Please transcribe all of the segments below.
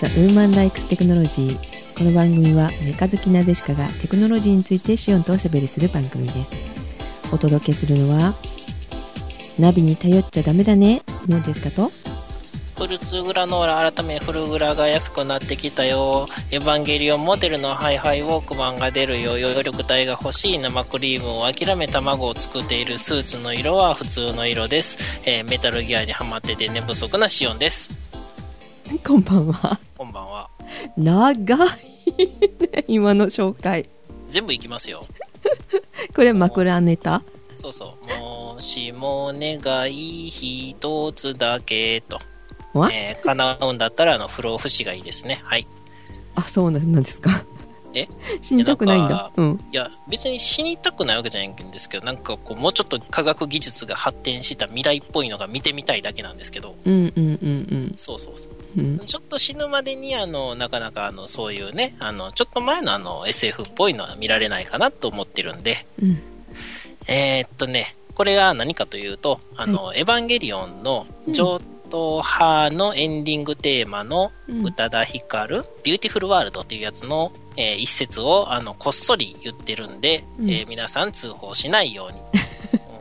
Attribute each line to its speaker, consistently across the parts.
Speaker 1: The Woman Likes Technology この番組はメカ好きなゼシカがテクノロジーについてシオンとおしゃべりする番組ですお届けするのはナビに頼っちゃダメだねのジェシカと
Speaker 2: フルツーグラノーラ改めフルグラが安くなってきたよエヴァンゲリオンモデルのハイハイウォークマンが出るよ余力体が欲しい生クリームを諦め卵を作っているスーツの色は普通の色です、えーメタルギアにはまってて寝不足なシオンです
Speaker 1: こんばんは
Speaker 2: こんばんは
Speaker 1: 長いね今の紹介
Speaker 2: 全部いきますよ
Speaker 1: これ枕ネタ
Speaker 2: そうそうもしも願い一つだけと、
Speaker 1: わ
Speaker 2: えー、叶うんだったらあの不老不死がいいですねはい
Speaker 1: あそうなんですか
Speaker 2: え
Speaker 1: 死にたくないん
Speaker 2: いや
Speaker 1: だ
Speaker 2: なんか
Speaker 1: うん
Speaker 2: いや別に死にたくないわけじゃないんですけどなんかこうもうちょっと科学技術が発展した未来っぽいのが見てみたいだけなんですけど
Speaker 1: うんうんうん
Speaker 2: そうそうそう
Speaker 1: うんうん
Speaker 2: ちょっと死ぬまでにあのなかなかあのそういうねあのちょっと前のあの SF っぽいのは見られないかなと思ってるんで
Speaker 1: うん
Speaker 2: えーっとねこれが何かというと「あのエヴァンゲリオン」の上等派のエンディングテーマの
Speaker 1: うん
Speaker 2: 宇多田ヒカル「ビューティフルワールド」っていうやつの、えー一節をあのこっそり言ってるんで、
Speaker 1: うん
Speaker 2: えー皆さん通報しないよ うに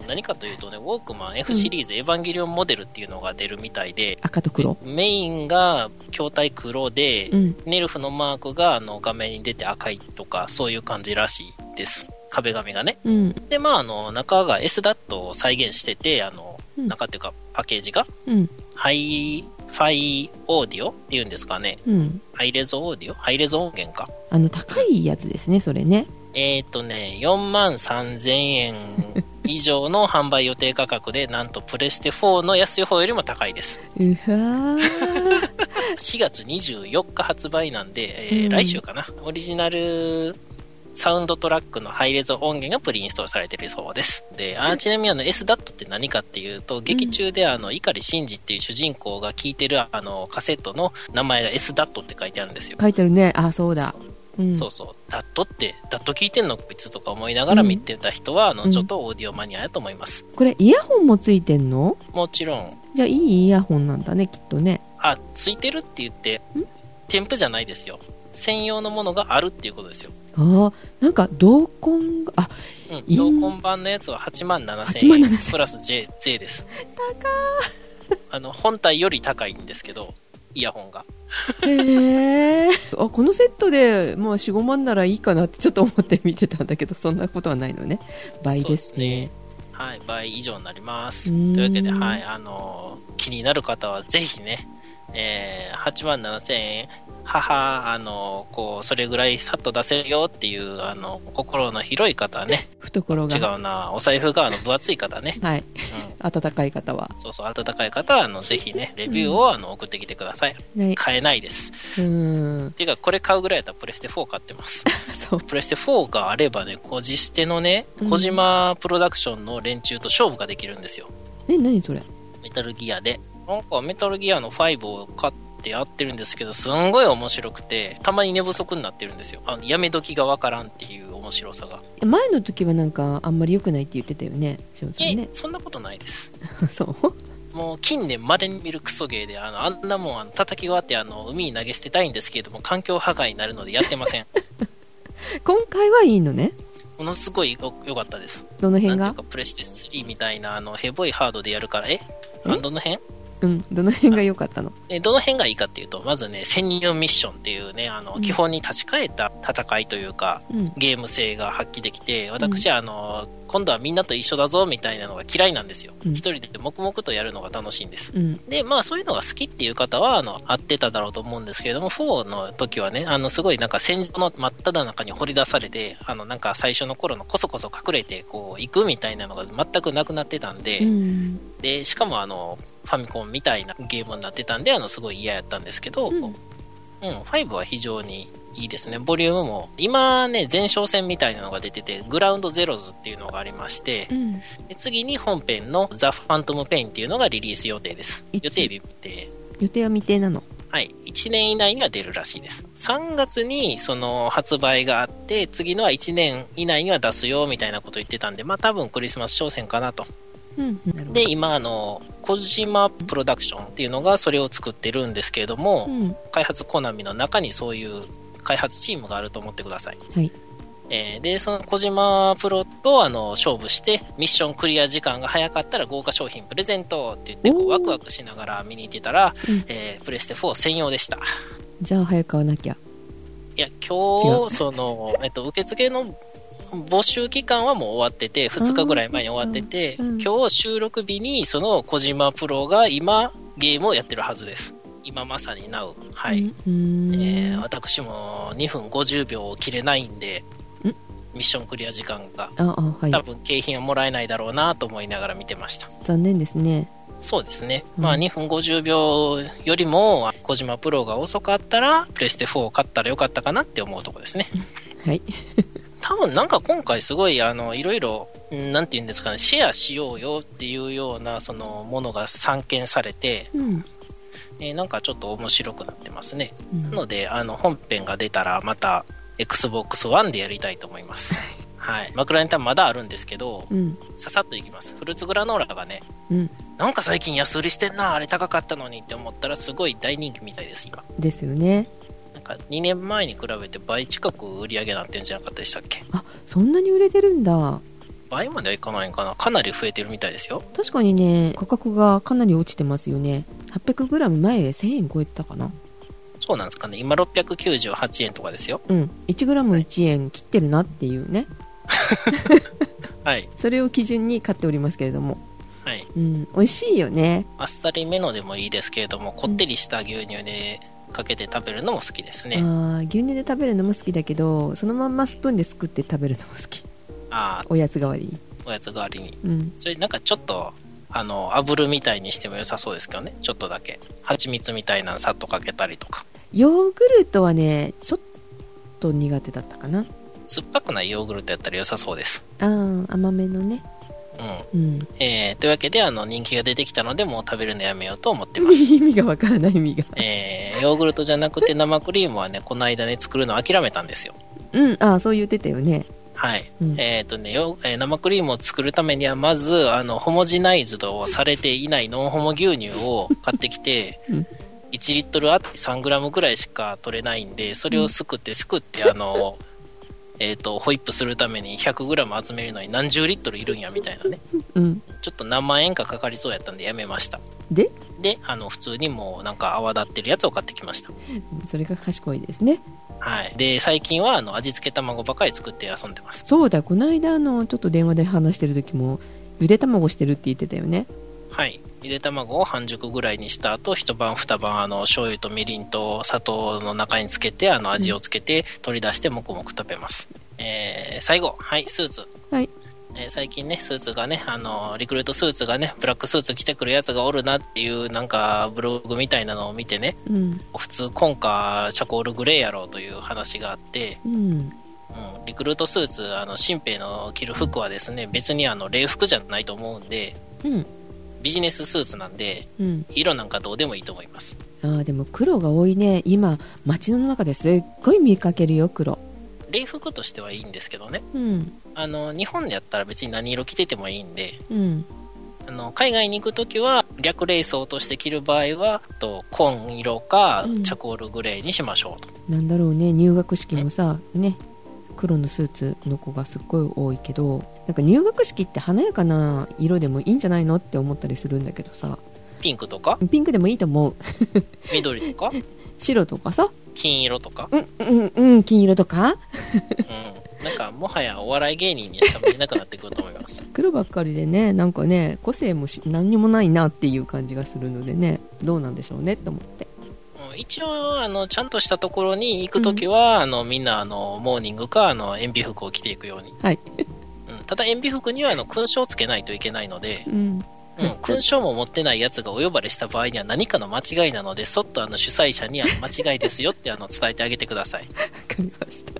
Speaker 2: うん何かというとねウォークマン F シリーズ「エヴァンゲリオンモデル」っていうのが出るみたいで
Speaker 1: 赤と黒
Speaker 2: メインが筐体黒で、
Speaker 1: うん
Speaker 2: ネルフのマークがあの画面に出て赤いとかそういう感じらしいです壁紙がね
Speaker 1: うん
Speaker 2: でまああの中が S ダットを再現しててあの
Speaker 1: うん
Speaker 2: 中っていうかパッケージが
Speaker 1: うん
Speaker 2: ハイファイオーディオっていうんですかね
Speaker 1: うん
Speaker 2: ハイレゾオーディオハイレゾ音源か。
Speaker 1: あの高いやつですねそれね
Speaker 2: えっ、とね、4万3000円以上の販売予定価格で、なんとプレステ4の安い方よりも高いです。
Speaker 1: うわー
Speaker 2: 4月24日発売なんで、えー
Speaker 1: うん
Speaker 2: 来週かな。オリジナルサウンドトラックのハイレゾ音源がプリインストールされているそうです。で、あちなみにあの SDAT って何かっていうと、劇中であの、碇真司っていう主人公が聴いてるあの、カセットの名前が SDAT って書いてあるんですよ。
Speaker 1: 書いてあるねあそうだうん
Speaker 2: そうそう、ダットって、ダット聞いてんのこいつとか思いながら見てた人は、あ
Speaker 1: う
Speaker 2: の
Speaker 1: ん
Speaker 2: ちょっとオーディオマニアやと思います。
Speaker 1: これイヤホンもついてんの
Speaker 2: もちろん、
Speaker 1: じゃあいいイヤホンなんだねきっとね
Speaker 2: あ、ついてるって言って、添付じゃないですよ。専用のものがあるっていうことですよ。
Speaker 1: ああなんか同梱があ
Speaker 2: うん。
Speaker 1: いい
Speaker 2: 同梱版のやつは8万
Speaker 1: 8万
Speaker 2: 7000円。
Speaker 1: 7000
Speaker 2: プラス J、税です。高あの、本体より高いんですけど、イヤホンが。
Speaker 1: へえあこのセットでまあ45万ならいいかなってちょっと思って見てたんだけどそんなことはないのね倍ですね
Speaker 2: はい、倍以上になります。
Speaker 1: う
Speaker 2: と
Speaker 1: ーん
Speaker 2: いうわけで、はい、あのー気になる方はぜひね、えー、8万7000円、母、あのーこう、それぐらいさっと出せるよっていう、あの、心の広い方は ね、
Speaker 1: 懐
Speaker 2: 違
Speaker 1: が
Speaker 2: うな、お財布があの分厚い方ね、
Speaker 1: はい
Speaker 2: うん、
Speaker 1: 温かい方は
Speaker 2: そうそう、温かい方は、あの、ぜひね、レビューをあの送ってきてください。
Speaker 1: ね
Speaker 2: 買えないです。
Speaker 1: うん
Speaker 2: っていうか、これ買うぐらいだったらプレステ4買ってます。
Speaker 1: そう
Speaker 2: プレステ4があればね、こじ捨てのね
Speaker 1: う、ん
Speaker 2: 小島プロダクションの連中と勝負ができるんですよ。
Speaker 1: え何それ
Speaker 2: メタルギアで。なんかメタルギアの5を買ってやってるんですけど、すんごい面白くて、たまに寝不足になってるんですよ。あのやめ時がわからんっていう面白さが。
Speaker 1: 前の時はなんかあんまり良くないって言ってたよねしおんさ
Speaker 2: いえ、
Speaker 1: んね
Speaker 2: そんなことないです。
Speaker 1: そう
Speaker 2: もう近年まれに見るクソゲーで、あのあんなもんあの叩き終わってあの海に投げ捨てたいんですけれども、環境破壊になるのでやってま せん。
Speaker 1: 今回はいいのね
Speaker 2: ものすごいよ良かったです。
Speaker 1: どの辺
Speaker 2: な
Speaker 1: が
Speaker 2: んていうか、プレステ3みたいな、あの、ヘボいハードでやるから、えあどの辺
Speaker 1: うんどの辺が良かったの
Speaker 2: えどの辺がいいかっていうと、まずね、潜入ミッションっていうね、あ
Speaker 1: う
Speaker 2: の、
Speaker 1: ん
Speaker 2: 基本に立ち返った戦いというか、
Speaker 1: うん
Speaker 2: ゲーム性が発揮できて、私、あの、今度はみんなと一緒だぞみたいなのが嫌いなんですよ。
Speaker 1: うん
Speaker 2: 一人で黙々とやるのが楽しいんです。
Speaker 1: うん
Speaker 2: で、まあそういうのが好きっていう方は、あの、合ってただろうと思うんですけれども、4の時はね、あの、すごいなんか戦場の真っ只中に掘り出されて、あの、なんか最初の頃のこそこそ隠れて、こう、行くみたいなのが全くなくなってたんで、
Speaker 1: うん
Speaker 2: でしかもあのファミコンみたいなゲームになってたんであのすごい嫌やったんですけど、
Speaker 1: うん
Speaker 2: こううん、5は非常にいいですねボリュームも今ね前哨戦みたいなのが出ててグラウンドゼロズっていうのがありまして
Speaker 1: うん
Speaker 2: で次に本編のザ・ファントム・ペインっていうのがリリース予定です
Speaker 1: い
Speaker 2: 予
Speaker 1: つ
Speaker 2: 定日って
Speaker 1: 予定は未定なの
Speaker 2: はい1年以内には出るらしいです3月にその発売があって次のは1年以内には出すよみたいなこと言ってたんでまあ多分クリスマス商戦かなと
Speaker 1: うんうんなるほど
Speaker 2: で、今、あの、小島プロダクションっていうのがそれを作ってるんですけれども、
Speaker 1: うん
Speaker 2: 開発コナミの中にそういう開発チームがあると思ってください。
Speaker 1: はい
Speaker 2: えーで、その小島プロとあの勝負して、ミッションクリア時間が早かったら豪華商品プレゼントって言って、こ
Speaker 1: お
Speaker 2: う
Speaker 1: ー
Speaker 2: ワクワクしながら見に行ってたら、
Speaker 1: うん
Speaker 2: えープレステ4専用でした。
Speaker 1: じゃあ早く買わなきゃ
Speaker 2: いや、
Speaker 1: 違
Speaker 2: 今日、その、えっと、受付の募集期間はもう終わってて、2日ぐらい前に終わってて、
Speaker 1: あーそっかうん
Speaker 2: 今日収録日に、その小島プロが今、ゲームをやってるはずです。今まさに Now。はい。
Speaker 1: うんうーん
Speaker 2: えー私も2分50秒を切れないんで、
Speaker 1: ん
Speaker 2: ミッションクリア時間が。
Speaker 1: ああはい
Speaker 2: 多分景品はもらえないだろうなと思いながら見てました
Speaker 1: 残念ですね
Speaker 2: そうですね、
Speaker 1: うん
Speaker 2: まあ2分50秒よりも小島プロが遅かったらプレステ4を買ったらよかったかなって思うとこですね
Speaker 1: はい
Speaker 2: 多分なんか今回すごいあのいろいろんなんて言うんですかねシェアしようよっていうようなそのものが散見されて、
Speaker 1: うん
Speaker 2: えーなんかちょっと面白くなってますね
Speaker 1: うん
Speaker 2: なのであの本編が出たらまた XBOX ONE でやりたいと思いますはい枕ネタまだあるんですけど
Speaker 1: うん
Speaker 2: ささっといきますフルーツグラノーラがね
Speaker 1: うん
Speaker 2: なんか最近安売りしてんなあれ高かったのにって思ったらすごい大人気みたいです今
Speaker 1: ですよね
Speaker 2: なんか2年前に比べて倍近く売り上げなんてんじゃなかったでしたっけ
Speaker 1: あそんなに売れてるんだ
Speaker 2: 倍まではいかないんかなかなり増えてるみたいですよ
Speaker 1: 確かにね価格がかなり落ちてますよね 800g 前で1000円超えてたかな
Speaker 2: そうなんですかね今698円とかですよ
Speaker 1: うん 1g1 円切ってるなっていうね
Speaker 2: はい
Speaker 1: それを基準に買っておりますけれども
Speaker 2: はい
Speaker 1: うん美味しいよね
Speaker 2: あっさりめのでもいいですけれどもこってりした牛乳でかけて食べるのも好きです
Speaker 1: あ
Speaker 2: ね
Speaker 1: ー牛乳で食べるのも好きだけどそのまんまスプーンですくって食べるのも好き
Speaker 2: ああ
Speaker 1: おやつ代わりに
Speaker 2: おやつ代わりに
Speaker 1: うん
Speaker 2: それなんかちょっとあの炙るみたいにしても良さそうですけどねちょっとだけ蜂蜜みたいなのさっとかけたりとか
Speaker 1: ヨーグルトはねちょっと苦手だったかな
Speaker 2: 酸っぱくないヨーグルトやったら良さそうです。
Speaker 1: あー甘めのね
Speaker 2: うん。
Speaker 1: うん
Speaker 2: えーというわけで、あの、人気が出てきたので、もう食べるのやめようと思ってます。
Speaker 1: 意味がわからない意味が
Speaker 2: えー、ヨーグルトじゃなくて生クリームはね、この間ね、作るの諦めたんですよ。
Speaker 1: うんあーそう言ってたよね
Speaker 2: はい。
Speaker 1: うん
Speaker 2: えっ、とね、よえー生クリームを作るためには、まず、あの、ホモジナイズドをされていないノンホモ牛乳を買ってきて、
Speaker 1: うん
Speaker 2: 1リットルあたり3グラムぐらいしか取れないんで、それをすくってすくって、あの、 えっ、と、ホイップするために100グラム集めるのに何十リットルいるんや、みたいなね。
Speaker 1: うん
Speaker 2: ちょっと何万円かかかりそうやったんでやめました。
Speaker 1: で
Speaker 2: で、あの、普通にもうなんか泡立ってるやつを買ってきました。
Speaker 1: それが賢いですね
Speaker 2: はい。で、最近はあの、味付け卵ばかり作って遊んでます。
Speaker 1: そうだこの間あのちょっと電話で話してる時もゆで卵してるって言ってたよね
Speaker 2: はい。ゆで卵を半熟ぐらいにした後、一晩二晩、あの、醤油とみりんと砂糖の中につけて、あの、味をつけて、取り出して、もくもく食べます。えー、最後、はい、スーツ。
Speaker 1: はい
Speaker 2: えー最近ね、スーツがね、あの、リクルートスーツがね、ブラックスーツ着てくるやつがおるなっていう、なんか、ブログみたいなのを見てね、
Speaker 1: うん
Speaker 2: 普通今回チャコールグレーやろうという話があって、
Speaker 1: うん
Speaker 2: うん、リクルートスーツあの新兵の着る服はですね別にあの礼服じゃないと思うんで
Speaker 1: うん
Speaker 2: ビジネススーツなんで
Speaker 1: うん
Speaker 2: 色なんかどうでもいいと思います
Speaker 1: あーでも黒が多いね今街の中ですっごい見かけるよ黒
Speaker 2: 礼服としてはいいんですけどね
Speaker 1: うん
Speaker 2: あの日本でやったら別に何色着ててもいいんで
Speaker 1: うん
Speaker 2: あの海外に行く時は略礼装として着る場合はと紺色か
Speaker 1: うん
Speaker 2: チャコールグレーにしましょうと、
Speaker 1: なんだろうね入学式もさね黒のスーツの子がすっごい多いけどなんか入学式って華やかな色でもいいんじゃないのって思ったりするんだけどさ
Speaker 2: ピンクとか
Speaker 1: ピンクでもいいと思う
Speaker 2: 緑 とか
Speaker 1: 白とかさ
Speaker 2: 金色とか
Speaker 1: うんうんうん金色とか
Speaker 2: うんなんかもはやお笑い芸人にしか見えなくなってくると思います
Speaker 1: 黒ばっかりでねなんかね個性もし何にもないなっていう感じがするのでねどうなんでしょうねって思って
Speaker 2: うん一応あのちゃんとしたところに行く時は、あのみんなあのモーニングかあの塩ビ服を着ていくように、
Speaker 1: はい
Speaker 2: うん、ただ塩ビ服にはあの勲章をつけないといけないので、
Speaker 1: うん
Speaker 2: うん、勲章も持ってないやつがお呼ばれした場合には何かの間違いなのでそっとあの主催者にあの間違いですよってあの伝えてあげてくださ
Speaker 1: わ
Speaker 2: い、
Speaker 1: かりました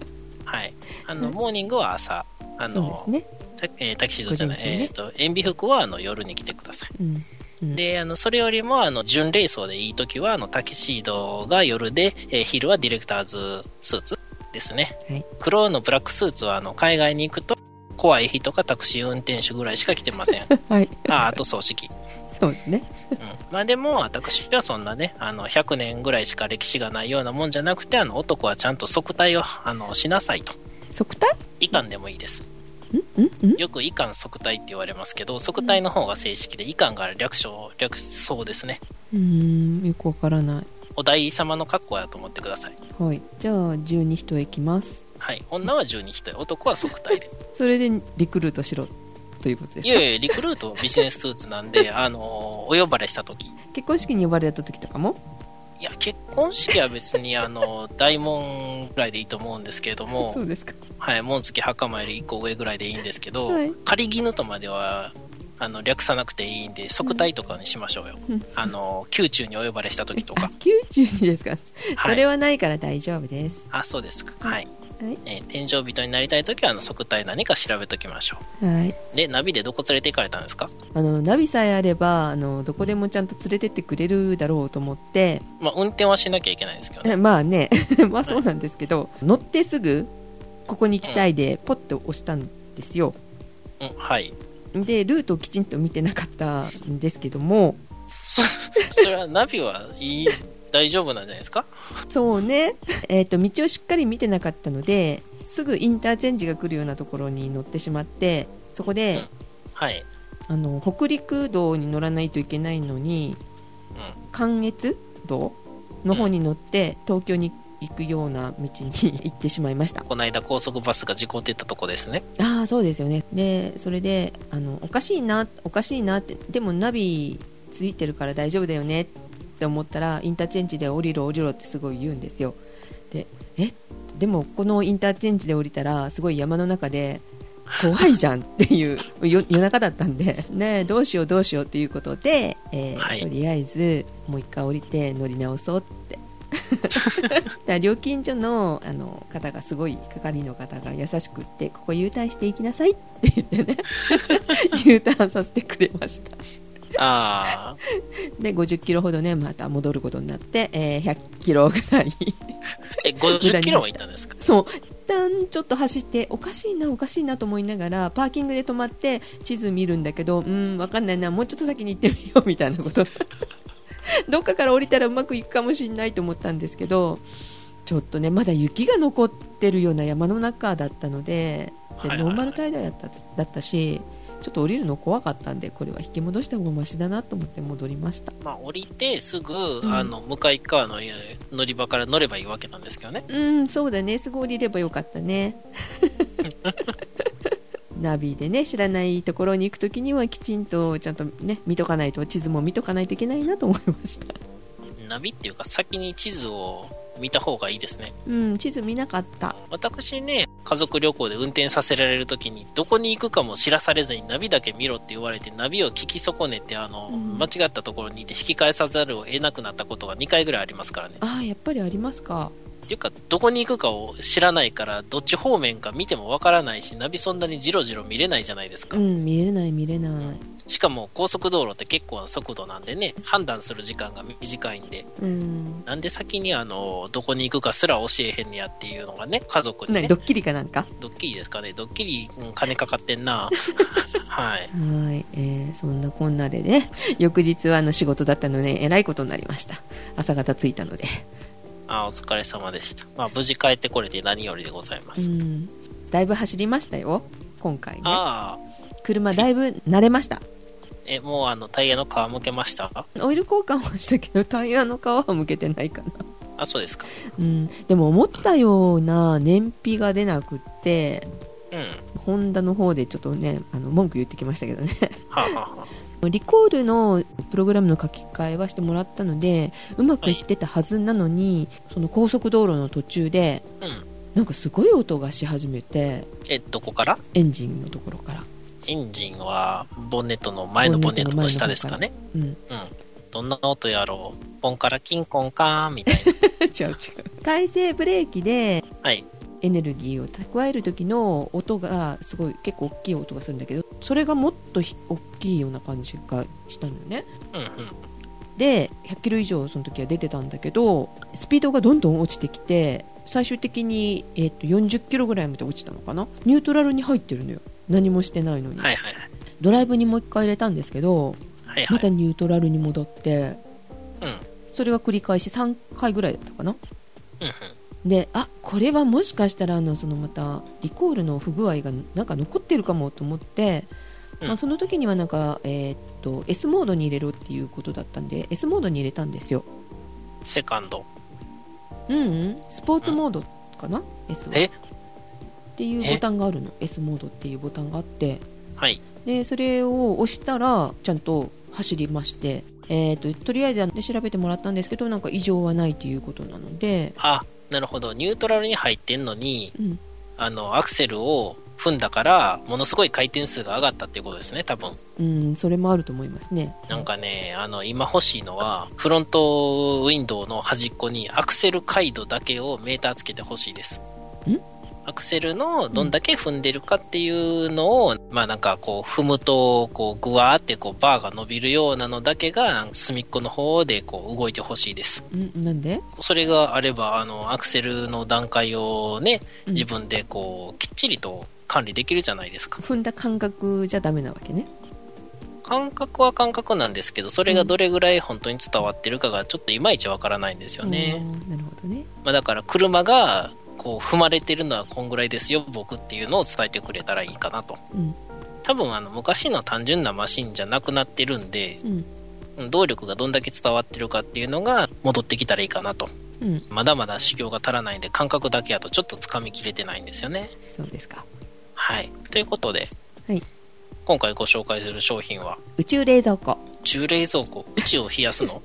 Speaker 2: はい、あのモーニングは朝あの
Speaker 1: そうですね
Speaker 2: たえータキシードじゃない、
Speaker 1: 午前中ね
Speaker 2: えー、と塩ビ服はあの夜に着てください
Speaker 1: うんうん
Speaker 2: であのそれよりもあの準礼装でいい時はあのタキシードが夜で、えー昼はディレクターズスーツですね、
Speaker 1: はい
Speaker 2: 黒のブラックスーツはあの海外に行くと怖い人かタクシー運転手ぐらいしか来てま せん。
Speaker 1: はい。
Speaker 2: あ、あと葬式。
Speaker 1: そうね。
Speaker 2: うん。まあでも、私はそんなね、あの、100年ぐらいしか歴史がないようなもんじゃなくて、あの、男はちゃんと即体を、あの、しなさいと。
Speaker 1: 即体
Speaker 2: 遺憾でもいいです。
Speaker 1: んんん
Speaker 2: よく遺憾即体って言われますけど、即体の方が正式で、遺憾が略称、略そうですね。
Speaker 1: うーん、よくわからない。
Speaker 2: お大様の格好やと思ってください。
Speaker 1: はい。じゃあ、十二人へ行きます。
Speaker 2: はい。女は十二人、男は即体で。
Speaker 1: それでリクルートしろということです
Speaker 2: い
Speaker 1: か
Speaker 2: やいや、リクルートはビジネススーツなんで、あの、お呼ばれした時。
Speaker 1: 結婚式に呼ばれた時とかも
Speaker 2: いや、結婚式は別に、あの、大門ぐらいでいいと思うんですけれども
Speaker 1: そ、うですか。
Speaker 2: はい、門付き袴より1個上ぐらいでいいんですけど、
Speaker 1: はい
Speaker 2: 仮絹とまでは、あの、略さなくていいんで、即体とかにしましょうよ。
Speaker 1: うん
Speaker 2: あの、宮中にお呼ばれした時と
Speaker 1: あ
Speaker 2: か。、
Speaker 1: 九十にですか。
Speaker 2: はい、
Speaker 1: それはないから大丈夫です。
Speaker 2: あ、そうですか。はい。
Speaker 1: はい
Speaker 2: えー天井人になりたい時は、あの、即体何か調べときましょ
Speaker 1: はい。
Speaker 2: う。で、ナビでどこ連れて行かれたんですか
Speaker 1: あのナビさえあればあのどこでもちゃんと連れてってくれるだろうと思って
Speaker 2: まあ、運転はしなきゃいけないですけどね。
Speaker 1: え まあねまあそうなんですけど乗ってすぐここに行きたいでポッと押したんですよ
Speaker 2: うん、はい。
Speaker 1: でルートをきちんと見てなかったんですけども
Speaker 2: そそれはナビはいい大丈夫なんじゃないですか
Speaker 1: そうね、えー、と道をしっかり見てなかったのですぐインターチェンジが来るようなところに乗ってしまってそこで
Speaker 2: はい、
Speaker 1: あの北陸道に乗らないといけないのに
Speaker 2: う
Speaker 1: 関越道の方に乗って東京に行くような道に行ってしまいました
Speaker 2: ん、この間高速バスが事故ってたとこですね
Speaker 1: ああそうですよねでそれであのおかしいなおかしいなってでもナビついてるから大丈夫だよねって思ったらインターチェンジで降りろ降りろってすごい言うんですよでえでもこのインターチェンジで降りたらすごい山の中で怖いじゃんっていうよ夜中だったんで、ねえ、どうしようどうしようっていうことで、えー
Speaker 2: はい
Speaker 1: とりあえずもう一回降りて乗り直そう ってだから料金所のあの方がすごい係の方が優しくってここ U ターンしていきなさいって言って ね U ターンさせてくれました
Speaker 2: あ
Speaker 1: で50キロほどねまた戻ることになって、えー100キロぐらい
Speaker 2: あえ50キロも行ったんですか
Speaker 1: そう一旦ちょっと走っておかしいなおかしいなと思いながらパーキングで止まって地図見るんだけどうんわかんないなもうちょっと先に行ってみようみたいなこと どっかから降りたらうまくいくかもしれないと思ったんですけどちょっとねまだ雪が残ってるような山の中だったのでで
Speaker 2: はいはいはい
Speaker 1: ノーマルタイヤだっただったしちょっと降りるの怖かったんでこれは引き戻した方がマシだなと思って戻りました
Speaker 2: まあ降りてすぐ、
Speaker 1: ん
Speaker 2: あの向かい側のえー乗り場から乗ればいいわけなんですけどね
Speaker 1: うんそうだねすぐ降りればよかった ねナビでね知らないところに行く時にはきちんとちゃんとね見とかないと地図も見とかないといけないなと思いました
Speaker 2: ナビっていうか先に地図を見た方がいいですね
Speaker 1: うん地図見なかった
Speaker 2: 私ね家族旅行で運転させられる時にどこに行くかも知らされずにナビだけ見ろって言われてナビを聞き損ねてあの、
Speaker 1: うん
Speaker 2: 間違ったところにいて引き返さざるを得なくなったことが2回ぐらいありますからね
Speaker 1: ああやっぱりありますか
Speaker 2: っていうかどこに行くかを知らないからどっち方面か見てもわからないしナビそんなにジロジロ見れないじゃないですか、
Speaker 1: うん見れない見れない
Speaker 2: しかも高速道路って結構な速度なんでね判断する時間が短いんで
Speaker 1: うん
Speaker 2: なんで先にあのどこに行くかすら教えへんねやっていうのがね家族に
Speaker 1: 何
Speaker 2: ね
Speaker 1: ドッキリかなんか
Speaker 2: ドッキリですかねドッキリ、うん金かかってんな はい
Speaker 1: はい、えーそんなこんなでね翌日はあの仕事だったのでえらいことになりました朝方着いたので
Speaker 2: あお疲れ様でした、まあ、無事帰ってこれて何よりでございま
Speaker 1: う
Speaker 2: す、
Speaker 1: んだいぶ走りましたよ今回ね
Speaker 2: ああ
Speaker 1: 車だいぶ慣れました
Speaker 2: えもうあのタイヤの皮むけました
Speaker 1: オイル交換はしたけどタイヤの皮は向けてないかな、
Speaker 2: あそうですか
Speaker 1: うん、でも思ったような燃費が出なくって
Speaker 2: うん
Speaker 1: ホンダの方でちょっとねあの文句言ってきましたけどね
Speaker 2: はあ、はあはあ、
Speaker 1: リコールのプログラムの書き換えはしてもらったのでうまくいってたはずなのにその高速道路の途中で
Speaker 2: うん
Speaker 1: なんかすごい音がし始めて
Speaker 2: えどこから
Speaker 1: エンジンのところから、
Speaker 2: エンジンはボンネットの前のボンネットの下ですかね。
Speaker 1: うん、 違う
Speaker 2: うん。どんな音やろうポンからキンコンカーンみたいな。
Speaker 1: 違う 体勢ブレーキで
Speaker 2: はい。
Speaker 1: エネルギーを蓄える時の音がすごい結構大きい音がするんだけどそれがもっとひ大きいような感じがしたのよね
Speaker 2: うんうん。
Speaker 1: で100キロ以上その時は出てたんだけどスピードがどんどん落ちてきて最終的に、えー、と40キロぐらいまで落ちたのかなニュートラルに入ってるのよ何もしてないのに、
Speaker 2: はいはいはい
Speaker 1: ドライブにもう一回入れたんですけど
Speaker 2: はいは
Speaker 1: ま
Speaker 2: い
Speaker 1: たニュートラルに戻って
Speaker 2: うんうん
Speaker 1: それが繰り返し3回ぐらいだったかな
Speaker 2: うん
Speaker 1: であこれはもしかしたらあのそのまたリコールの不具合がなんか残ってるかもと思って、
Speaker 2: うん
Speaker 1: まあ、その時にはなんか、えーっと S モードに入れろっていうことだったんで S モードに入れたんですよ
Speaker 2: セカンド
Speaker 1: うん、うん、スポーツモードかな、S は
Speaker 2: え
Speaker 1: っていう
Speaker 2: え
Speaker 1: ボタンがあるの S モードっていうボタンがあって
Speaker 2: はい
Speaker 1: でそれを押したらちゃんと走りまして、えー、ととりあえずあの調べてもらったんですけどなんか異常はないということなので、
Speaker 2: あなるほどニュートラルに入ってんのに
Speaker 1: うん、
Speaker 2: あのアクセルを踏んだからものすごい回転数が上がったっていうことですね多分
Speaker 1: うんそれもあると思いますね
Speaker 2: なんかねあの今欲しいのはフロントウィンドウの端っこにアクセル回路だけをメーターつけてほしいですアクセルのどんだけ踏んでるかっていうのを、まあなんかこう踏むとこうグワーってこうバーが伸びるようなのだけが隅っこの方でこう動いてほしいです
Speaker 1: うんなんで
Speaker 2: それがあればあのアクセルの段階をね
Speaker 1: うん
Speaker 2: 自分でこうきっちりと管理できるじゃないですか
Speaker 1: 踏んだ感覚じゃダメなわけね
Speaker 2: 感覚は感覚なんですけどそれがどれぐらい本当に伝わってるかがちょっといまいちわからないんですよね、
Speaker 1: うんなるほどね
Speaker 2: まあ、だから車がこう踏まれてるのはこんぐらいですよ僕っていうのを伝えてくれたらいいかなと
Speaker 1: うん
Speaker 2: 多分あの昔の単純なマシンじゃなくなってるんで
Speaker 1: うん
Speaker 2: うん動力がどんだけ伝わってるかっていうのが戻ってきたらいいかなと
Speaker 1: うん
Speaker 2: まだまだ修行が足らないんで感覚だけやとちょっとつかみきれてないんですよね
Speaker 1: そうですか
Speaker 2: はいということで、
Speaker 1: はい
Speaker 2: 今回ご紹介する商品は
Speaker 1: 宇宙冷蔵庫
Speaker 2: 中冷蔵庫宇宙を冷やすの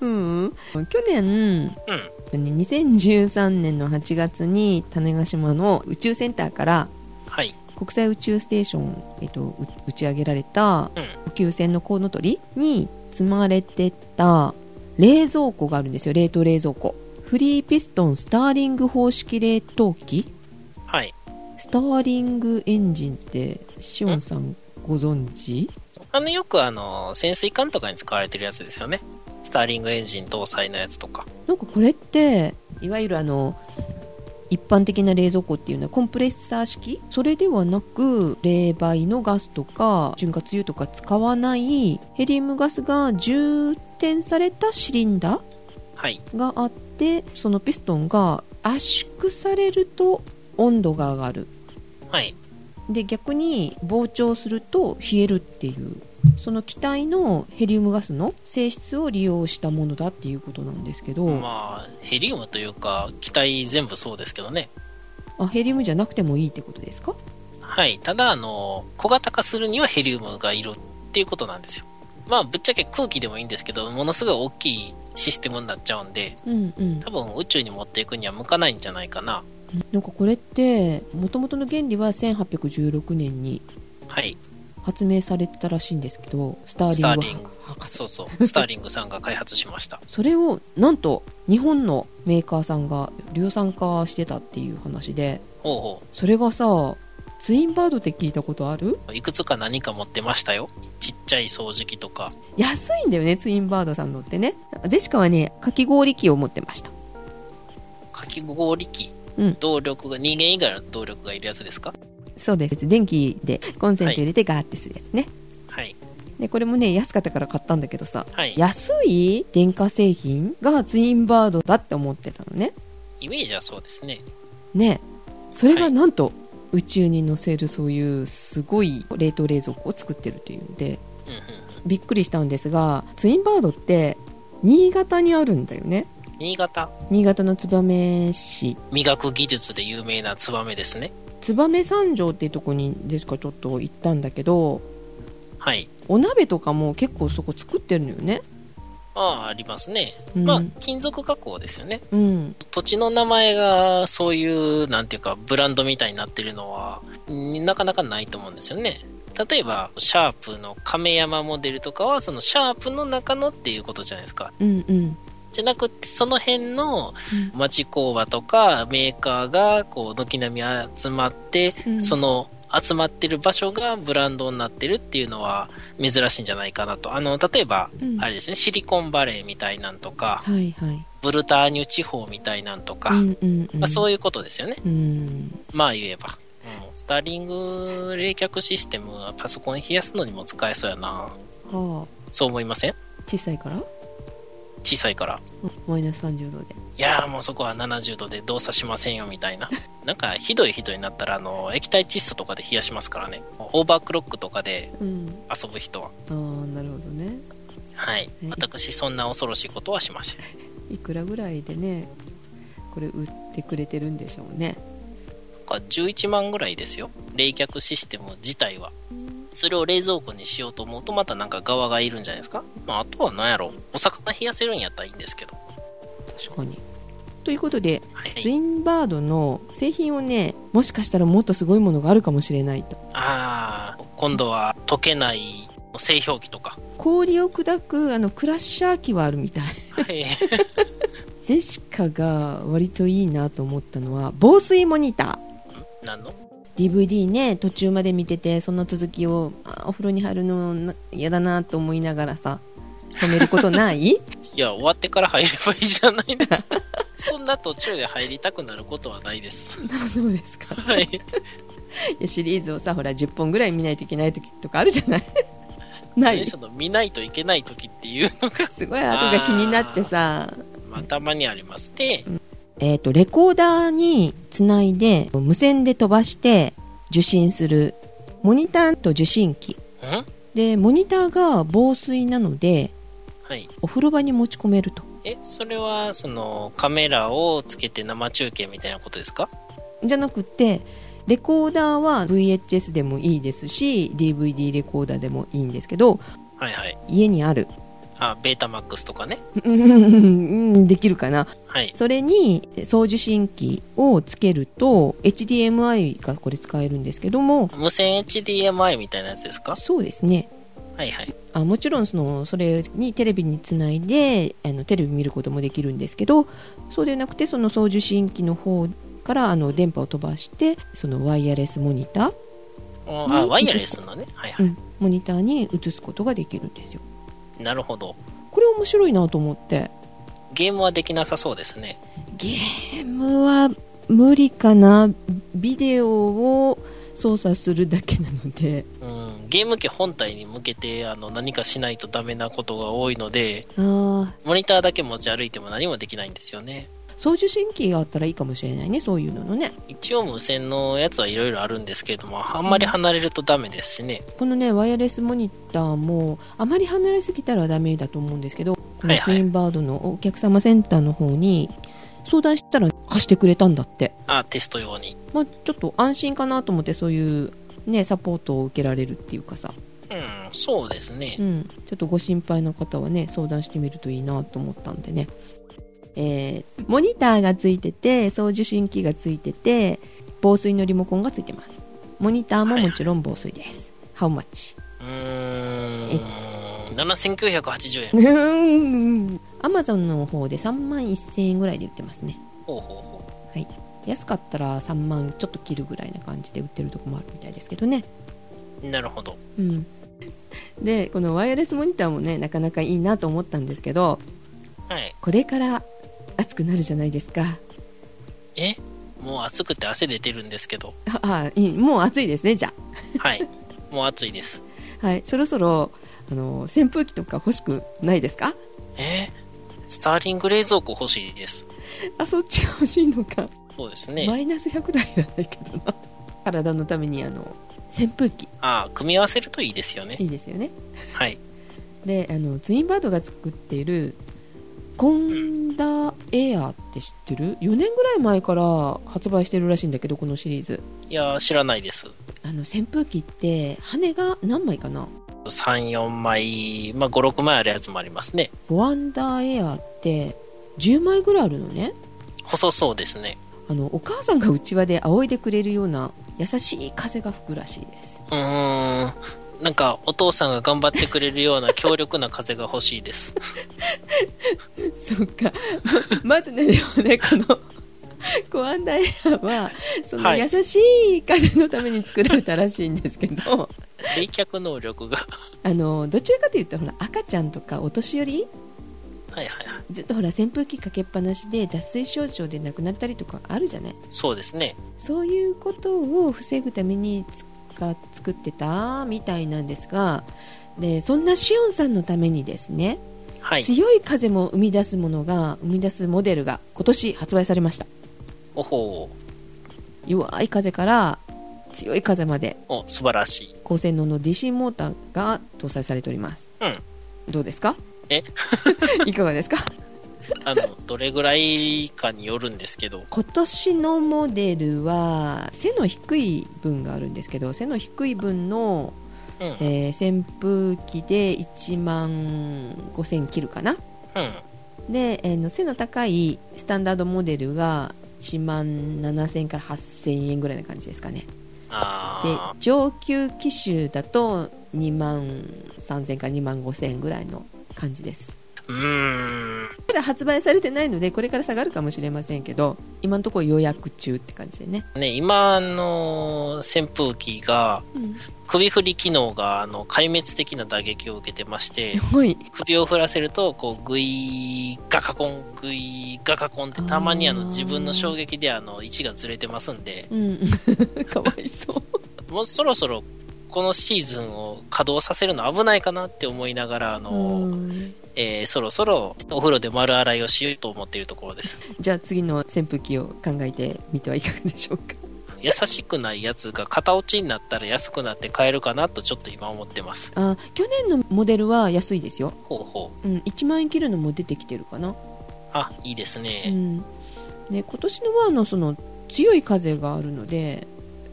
Speaker 1: うんうん去年
Speaker 2: うん
Speaker 1: 2013年の8月に種子島の宇宙センターから
Speaker 2: はい
Speaker 1: 国際宇宙ステーション、えっと、う打ち上げられた
Speaker 2: うん
Speaker 1: 宇宙船のコウノトリに積まれてた冷蔵庫があるんですよ冷凍冷蔵庫フリーピストンスターリング方式冷凍機
Speaker 2: はい
Speaker 1: スターリングエンジンってシオンさんご存知
Speaker 2: あのよくあの潜水艦とかに使われてるやつですよねスターリングエンジン搭載のやつとか
Speaker 1: なんかこれっていわゆるあの一般的な冷蔵庫っていうのはコンプレッサー式それではなく冷媒のガスとか潤滑油とか使わないヘリウムガスが充填されたシリンダ
Speaker 2: はい
Speaker 1: ーがあってそのピストンが圧縮されると温度が上がる
Speaker 2: はい
Speaker 1: で逆に膨張すると冷えるっていうその気体のヘリウムガスの性質を利用したものだっていうことなんですけど、
Speaker 2: まあヘリウムというか機体全部そうですけどね
Speaker 1: あヘリウムじゃなくてもいいってことですか
Speaker 2: はいただあの小型化するにはヘリウムがいるっていうことなんですよまあぶっちゃけ空気でもいいんですけどものすごい大きいシステムになっちゃうんで
Speaker 1: うんうん、
Speaker 2: 多分宇宙に持っていくには向かないんじゃないかな
Speaker 1: なんかこれってもともとの原理は1816年に
Speaker 2: はい
Speaker 1: 発明されてたらしいんですけどスターリ
Speaker 2: スターリ
Speaker 1: ング
Speaker 2: ング
Speaker 1: 博士
Speaker 2: そ うそうスターリングさんが開発しました
Speaker 1: それをなんと日本のメーカーさんが量産化してたっていう話で
Speaker 2: ほうほ
Speaker 1: それがさツインバードって聞いたことある
Speaker 2: ういくつか何か持ってましたよちっちゃい掃除機とか
Speaker 1: 安いんだよねツインバードさんのってねジェシカはねかき氷機を持ってました
Speaker 2: かき氷機、
Speaker 1: うん
Speaker 2: 動力が人間以外の動力がいるやつですか
Speaker 1: そうです電気でコンセント入れてガーってするやつね、
Speaker 2: はい
Speaker 1: でこれもね安かったから買ったんだけどさ
Speaker 2: はい
Speaker 1: 安い電化製品がツインバードだって思ってたのね
Speaker 2: イメージはそうですね
Speaker 1: ねそれ
Speaker 2: は
Speaker 1: が
Speaker 2: い
Speaker 1: なんと、宇宙に載せるそういうすごい冷凍冷蔵庫を作ってるというので
Speaker 2: うんうんうん
Speaker 1: びっくりしたんですがツインバードって新潟にあるんだよね
Speaker 2: 新潟
Speaker 1: 新潟の燕市
Speaker 2: 磨く技術で有名なツバメですね
Speaker 1: 燕三条っていうとこにですかちょっと行ったんだけど
Speaker 2: はい
Speaker 1: お鍋とかも結構そこ作ってるのよね
Speaker 2: ああありますね、
Speaker 1: うん、
Speaker 2: まあ金属加工ですよね
Speaker 1: うん
Speaker 2: 土地の名前がそういうなんていうかブランドみたいになってるのはんなかなかないと思うんですよね例えばシャープの亀山モデルとかはそのシャープの中のっていうことじゃないですか
Speaker 1: うんうん
Speaker 2: じゃなくてその辺の町工場とかメーカーがこう軒並み集まって、
Speaker 1: うん
Speaker 2: その集まってる場所がブランドになってるっていうのは珍しいんじゃないかなとあの例えば、
Speaker 1: うん
Speaker 2: あれですねシリコンバレーみたいなんとか
Speaker 1: はいはい
Speaker 2: ブルターニュ地方みたいなんとか、
Speaker 1: うんうんうん
Speaker 2: まあ、そういうことですよね
Speaker 1: うん
Speaker 2: まあ言えばうんスターリング冷却システムはパソコン冷やすのにも使えそうやな。
Speaker 1: は
Speaker 2: そう思いません
Speaker 1: あ小さいから
Speaker 2: 小さいから。
Speaker 1: うんマイナス30度で
Speaker 2: いやーもうそこは70度で動作しませんよみたいな。 なんかひどい人になったら、あの、液体窒素とかで冷やしますからね。オーバークロックとかで
Speaker 1: うん
Speaker 2: 遊ぶ人は。
Speaker 1: ああなるほどね
Speaker 2: はい
Speaker 1: え。
Speaker 2: 私、そんな恐ろしいことはしません。
Speaker 1: いくらぐらいでねこれ売ってくれてるんでしょうね
Speaker 2: なんか11万ぐらいですよ。冷却システム自体は。それを冷蔵庫にしようと思うと、またなんか側がいるんじゃないですか。まあ、あとは何やろ。お魚冷やせるんやったらいいんですけど。
Speaker 1: 確かにということで
Speaker 2: はい。
Speaker 1: ツインバードの製品をねもしかしたらもっとすごいものがあるかもしれないと
Speaker 2: ああ、今度は溶けない製氷機とか。
Speaker 1: 氷を砕くあのクラッシャー機はあるみたい
Speaker 2: はい。
Speaker 1: ジェシカが割といいなと思ったのは防水モニタ
Speaker 2: 何の
Speaker 1: ー DVD ね途中まで見ててその続きをあお風呂に入るのな嫌だなと思いながらさ止めることない
Speaker 2: いや、終わってから入ればいいじゃないですか。 そんな途中で入りたくなることはないです。
Speaker 1: そうですか
Speaker 2: はい。
Speaker 1: いやシリーズをさほら10本ぐらい見ないといけない時とかあるじゃない ない
Speaker 2: その見ないといけない時っていうのが、
Speaker 1: すごい後が気になってさ
Speaker 2: まあ、たまにありますね。
Speaker 1: えー、とレコーダーにつないで無線で飛ばして受信するモニターと受信機
Speaker 2: うん
Speaker 1: でモニターが防水なので
Speaker 2: はい。
Speaker 1: お風呂場に持ち込めると
Speaker 2: え、それは、その、カメラをつけて生中継みたいなことですか
Speaker 1: じゃなくてレコーダーは VHS でもいいですし DVD レコーダーでもいいんですけど
Speaker 2: はいはい。
Speaker 1: 家にある
Speaker 2: あ、ベータマックスとかね。
Speaker 1: うんうんうんうんできるかな
Speaker 2: はい。
Speaker 1: それに送受信機をつけると HDMI がこれ使えるんですけども
Speaker 2: 無線 HDMI みたいなやつですか
Speaker 1: そうですね
Speaker 2: はいはい。
Speaker 1: あもちろんそのそれにテレビにつないであのテレビ見ることもできるんですけどそうでなくてその送受信機の方からあの電波を飛ばしてそのワイヤレスモニター、
Speaker 2: お
Speaker 1: ね
Speaker 2: あ、ワイヤレスのね。はいは
Speaker 1: う
Speaker 2: い。
Speaker 1: ん、モニターに映すことができるんですよ
Speaker 2: なるほど。
Speaker 1: これ面白いなと思って
Speaker 2: ゲームはできなさそうですね。
Speaker 1: ゲームは無理かなビデオを操作するだけなので
Speaker 2: うん、ゲーム機本体に向けてあの何かしないとダメなことが多いので、
Speaker 1: あー
Speaker 2: モニターだけ持ち歩いても何もできないんですよね。
Speaker 1: 送受信機があったらいいかもしれないねそういうののね
Speaker 2: 一応無線のやつはいろいろあるんですけれども、あんまり離れるとダメですしね。
Speaker 1: このねワイヤレスモニターもあまり離れすぎたらダメだと思うんですけどこ
Speaker 2: は
Speaker 1: の
Speaker 2: いは
Speaker 1: ツ
Speaker 2: い
Speaker 1: インバードのお客様センターの方に相談したら貸してくれたんだって、
Speaker 2: あ、テスト用に。
Speaker 1: まあ、ちょっと安心かなと思ってそういう、ね、サポートを受けられるっていうかさ、
Speaker 2: うん、そうですね
Speaker 1: う。ん、ちょっとご心配の方はね相談してみるといいなと思ったんでね、えーモニターがついてて送受信機がついてて防水のリモコンがついてますモニターももちろん防水です、ハウマッチ
Speaker 2: うーん、7980円。
Speaker 1: アマゾンの方で3万1000円ぐらいで売ってますね
Speaker 2: ほうほうほう。
Speaker 1: 安かったら3万ちょっと切るぐらいな感じで売ってるとこもあるみたいですけどね
Speaker 2: なるほど。
Speaker 1: うんでこのワイヤレスモニターもねなかなかいいなと思ったんですけど
Speaker 2: はい。
Speaker 1: これから暑くなるじゃないですか
Speaker 2: えもう暑くて汗出てるんですけど。
Speaker 1: ああいいもう暑いですねじゃ
Speaker 2: はい。もう暑いです。
Speaker 1: あはいそろそろあの扇風機とか欲しくないですか
Speaker 2: えスターリング冷蔵庫欲しいです。
Speaker 1: あそっちが欲しいのか、
Speaker 2: そうですね。
Speaker 1: マイナス100台いらないけどな体のためにあの扇風機
Speaker 2: ああ、組み合わせるといいですよね。
Speaker 1: いいですよね
Speaker 2: はい。
Speaker 1: であのツインバードが作っているコンダエアって知ってる4年ぐらい前から発売してるらしいんだけどこのシリーズ
Speaker 2: いやー、知らないです。
Speaker 1: あの扇風機って羽が何枚かな
Speaker 2: 3、4枚、まあ、5、6枚あるやつもありますね。
Speaker 1: ボアンダーエアって10枚ぐらいあるのね
Speaker 2: 細そうですね。
Speaker 1: あのお母さんがうちわで仰いでくれるような優しい風が吹くらしいです
Speaker 2: うーん。なんか、お父さんが頑張ってくれるような強力な風が欲しいです。
Speaker 1: そっか ままずねでもねこのコアンダエアはその
Speaker 2: はい
Speaker 1: 優しい風のために作られたらしいんですけど、
Speaker 2: 冷却能力が。
Speaker 1: あのどちらかというとほら赤ちゃんとかお年寄り
Speaker 2: はいはいはい
Speaker 1: ずっとほら扇風機かけっぱなしで脱水症状で亡くなったりとかあるじゃない
Speaker 2: そうですね
Speaker 1: そういうことを防ぐために使作ってたみたいなんですがでそんなシオンさんのためにですね、
Speaker 2: はい
Speaker 1: 強い風も生み出すものが生み出すモデルが今年発売されました
Speaker 2: おほ
Speaker 1: 弱い風から強い風まで
Speaker 2: うお素晴らしい
Speaker 1: 高性能の DC モーターが搭載されております、
Speaker 2: うん
Speaker 1: どうですか
Speaker 2: え
Speaker 1: いかがですか
Speaker 2: あのどれぐらいかによるんですけど
Speaker 1: 今年のモデルは背の低い分があるんですけど背の低い分の、
Speaker 2: うんうん
Speaker 1: えー扇風機で1万5000切るかなで、えーの背の高いスタンダードモデルが1万7000から8000円ぐらいな感じですかねで
Speaker 2: あ
Speaker 1: 上級機種だと2万3000から2万5000円ぐらいの感じです
Speaker 2: ーうーん
Speaker 1: まだ発売されてないのでこれから下がるかもしれませんけど今のところ予約中って感じでね、
Speaker 2: ね今の扇風機が首振り機能があの壊滅的な打撃を受けてまして
Speaker 1: はい
Speaker 2: 首を振らせるとこうグイガカコングイガカコンってたまにあ
Speaker 1: あー
Speaker 2: の自分の衝撃であの位置がずれてますんで
Speaker 1: うん かわいそう
Speaker 2: もうそろそろこのシーズンを稼働させるの危ないかなって思いながらあの、
Speaker 1: うん
Speaker 2: えーそろそろお風呂で丸洗いをしようと思っているところです
Speaker 1: じゃあ次の扇風機を考えてみてはいかがでしょうか
Speaker 2: 優しくないやつが片落ちになったら安くなって買えるかなとちょっと今思ってます
Speaker 1: あ去年のモデルは安いですよ、
Speaker 2: ほうほう
Speaker 1: うん、1万円切るのも出てきてるかな、
Speaker 2: あいいです
Speaker 1: う
Speaker 2: ね
Speaker 1: ん、ね今年のはあのその強い風があるので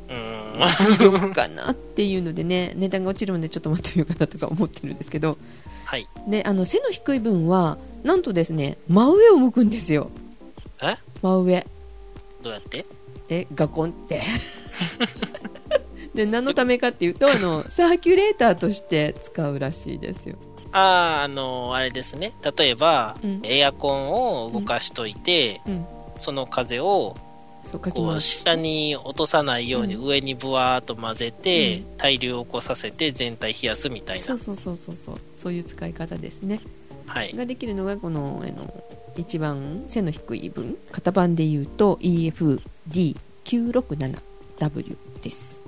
Speaker 2: うーん
Speaker 1: 大丈夫かなっていうのでね値段が落ちるのでちょっと待ってみようかなとか思ってるんですけど
Speaker 2: はい
Speaker 1: であの背の低い分はなんとですね真上を向くんですよ
Speaker 2: え
Speaker 1: 真上
Speaker 2: どうやって
Speaker 1: えガコンってで何のためかっていうとあのサーキュレーターとして使うらしいですよ、
Speaker 2: あああのあれですね例えば、
Speaker 1: うん
Speaker 2: エアコンを動かしといて、
Speaker 1: うん、
Speaker 2: その風を
Speaker 1: そうかき
Speaker 2: こう
Speaker 1: 回し
Speaker 2: 下に落とさないように上にブワーっと混ぜて、
Speaker 1: うん
Speaker 2: 対流を起こさせて全体冷やすみたい
Speaker 1: そ
Speaker 2: な
Speaker 1: うそうそうそうそうそういう使い方ですね
Speaker 2: はい
Speaker 1: ができるのがこのあの一番背の低い分型番で言うと EFD967W です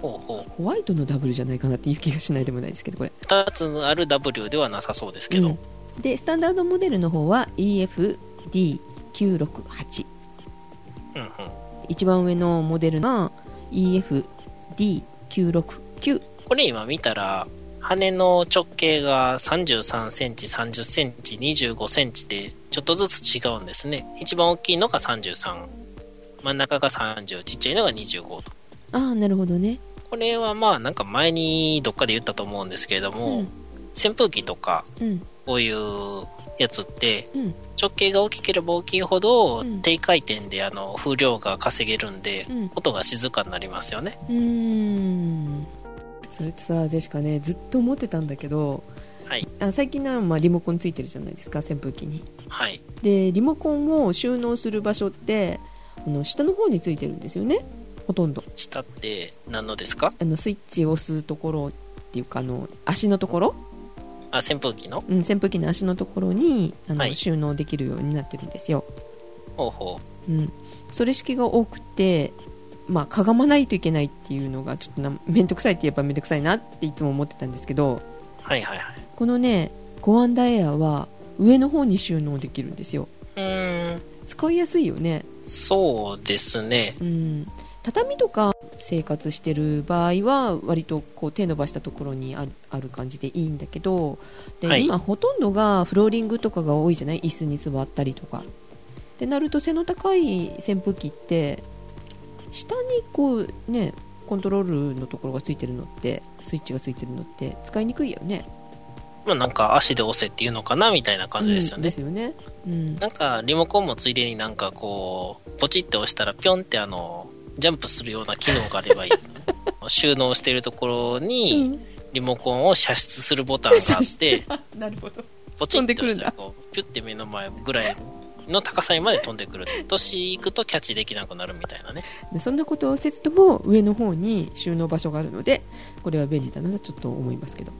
Speaker 2: ほうほう
Speaker 1: ホワイトの W じゃないかなっていう気がしないでもないですけどこれ、
Speaker 2: 2つある W ではなさそうですけど、
Speaker 1: うんでスタンダードモデルの方は EFD968
Speaker 2: うんうん
Speaker 1: 一番上のモデルが EFD969
Speaker 2: これ今見たら羽の直径が33センチ、30センチ、25センチでちょっとずつ違うんですね。一番大きいのが33、真ん中が30、ちっちゃいのが25と。
Speaker 1: ああなるほどね、
Speaker 2: これはまあなんか前にどっかで言ったと思うんですけれども、
Speaker 1: うん
Speaker 2: 扇風機とか
Speaker 1: うん
Speaker 2: こういうやつって
Speaker 1: うん
Speaker 2: 直径が大きければ大きいほど
Speaker 1: うん
Speaker 2: 低回転であの風量が稼げるんで
Speaker 1: うん
Speaker 2: 音が静かになりますよね。
Speaker 1: うーんそれってさジェシカねずっと思ってたんだけど、
Speaker 2: はい
Speaker 1: あ最近のはまあリモコンついてるじゃないですか扇風機に
Speaker 2: はい。
Speaker 1: でリモコンを収納する場所ってあの下の方についてるんですよねほとんど
Speaker 2: 下って何のですか
Speaker 1: あのスイッチを押すところっていうかあの足のところ、
Speaker 2: あ、扇風機の
Speaker 1: うん、扇風機の足のところにあの、
Speaker 2: はい
Speaker 1: 収納できるようになってるんですよ、
Speaker 2: 方法。
Speaker 1: うん、それ式が多くてまあかがまないといけないっていうのがちょっとな面倒くさいって言えば面倒くさいなっていつも思ってたんですけど
Speaker 2: はいはいはい。
Speaker 1: このねゴアンダエアは上の方に収納できるんですよ
Speaker 2: うーん、
Speaker 1: 使いやすいよね
Speaker 2: そうですね。
Speaker 1: うん畳とか生活してる場合は割とこう手伸ばしたところにあるある感じでいいんだけどで、
Speaker 2: はい
Speaker 1: 今ほとんどがフローリングとかが多いじゃない椅子に座ったりとかってなると背の高い扇風機って下にこうねコントロールのところがついてるのってスイッチがついてるのって使いにくいよね
Speaker 2: まあなんか足で押せっていうのかなみたいな感じですよ
Speaker 1: うんで
Speaker 2: ね。
Speaker 1: すよね、うん、
Speaker 2: なんかリモコンもついでになんかこう、ポチって押したらピョンってあの、ジャンプするような機能があれ ばいい。収納しているところにリモコンを射出するボタンが あって、
Speaker 1: うん、なるほど
Speaker 2: ポチ
Speaker 1: 飛ん
Speaker 2: って
Speaker 1: でく
Speaker 2: 押
Speaker 1: る
Speaker 2: し
Speaker 1: ん
Speaker 2: た
Speaker 1: だ
Speaker 2: らこうピュッて目の前ぐらいの高さにまで飛んでくる。年いくとキャッチできなくなるみたいなね。
Speaker 1: でそんなことをせずとも上の方に収納場所があるのでこれは便利だなとちょっと思いますけど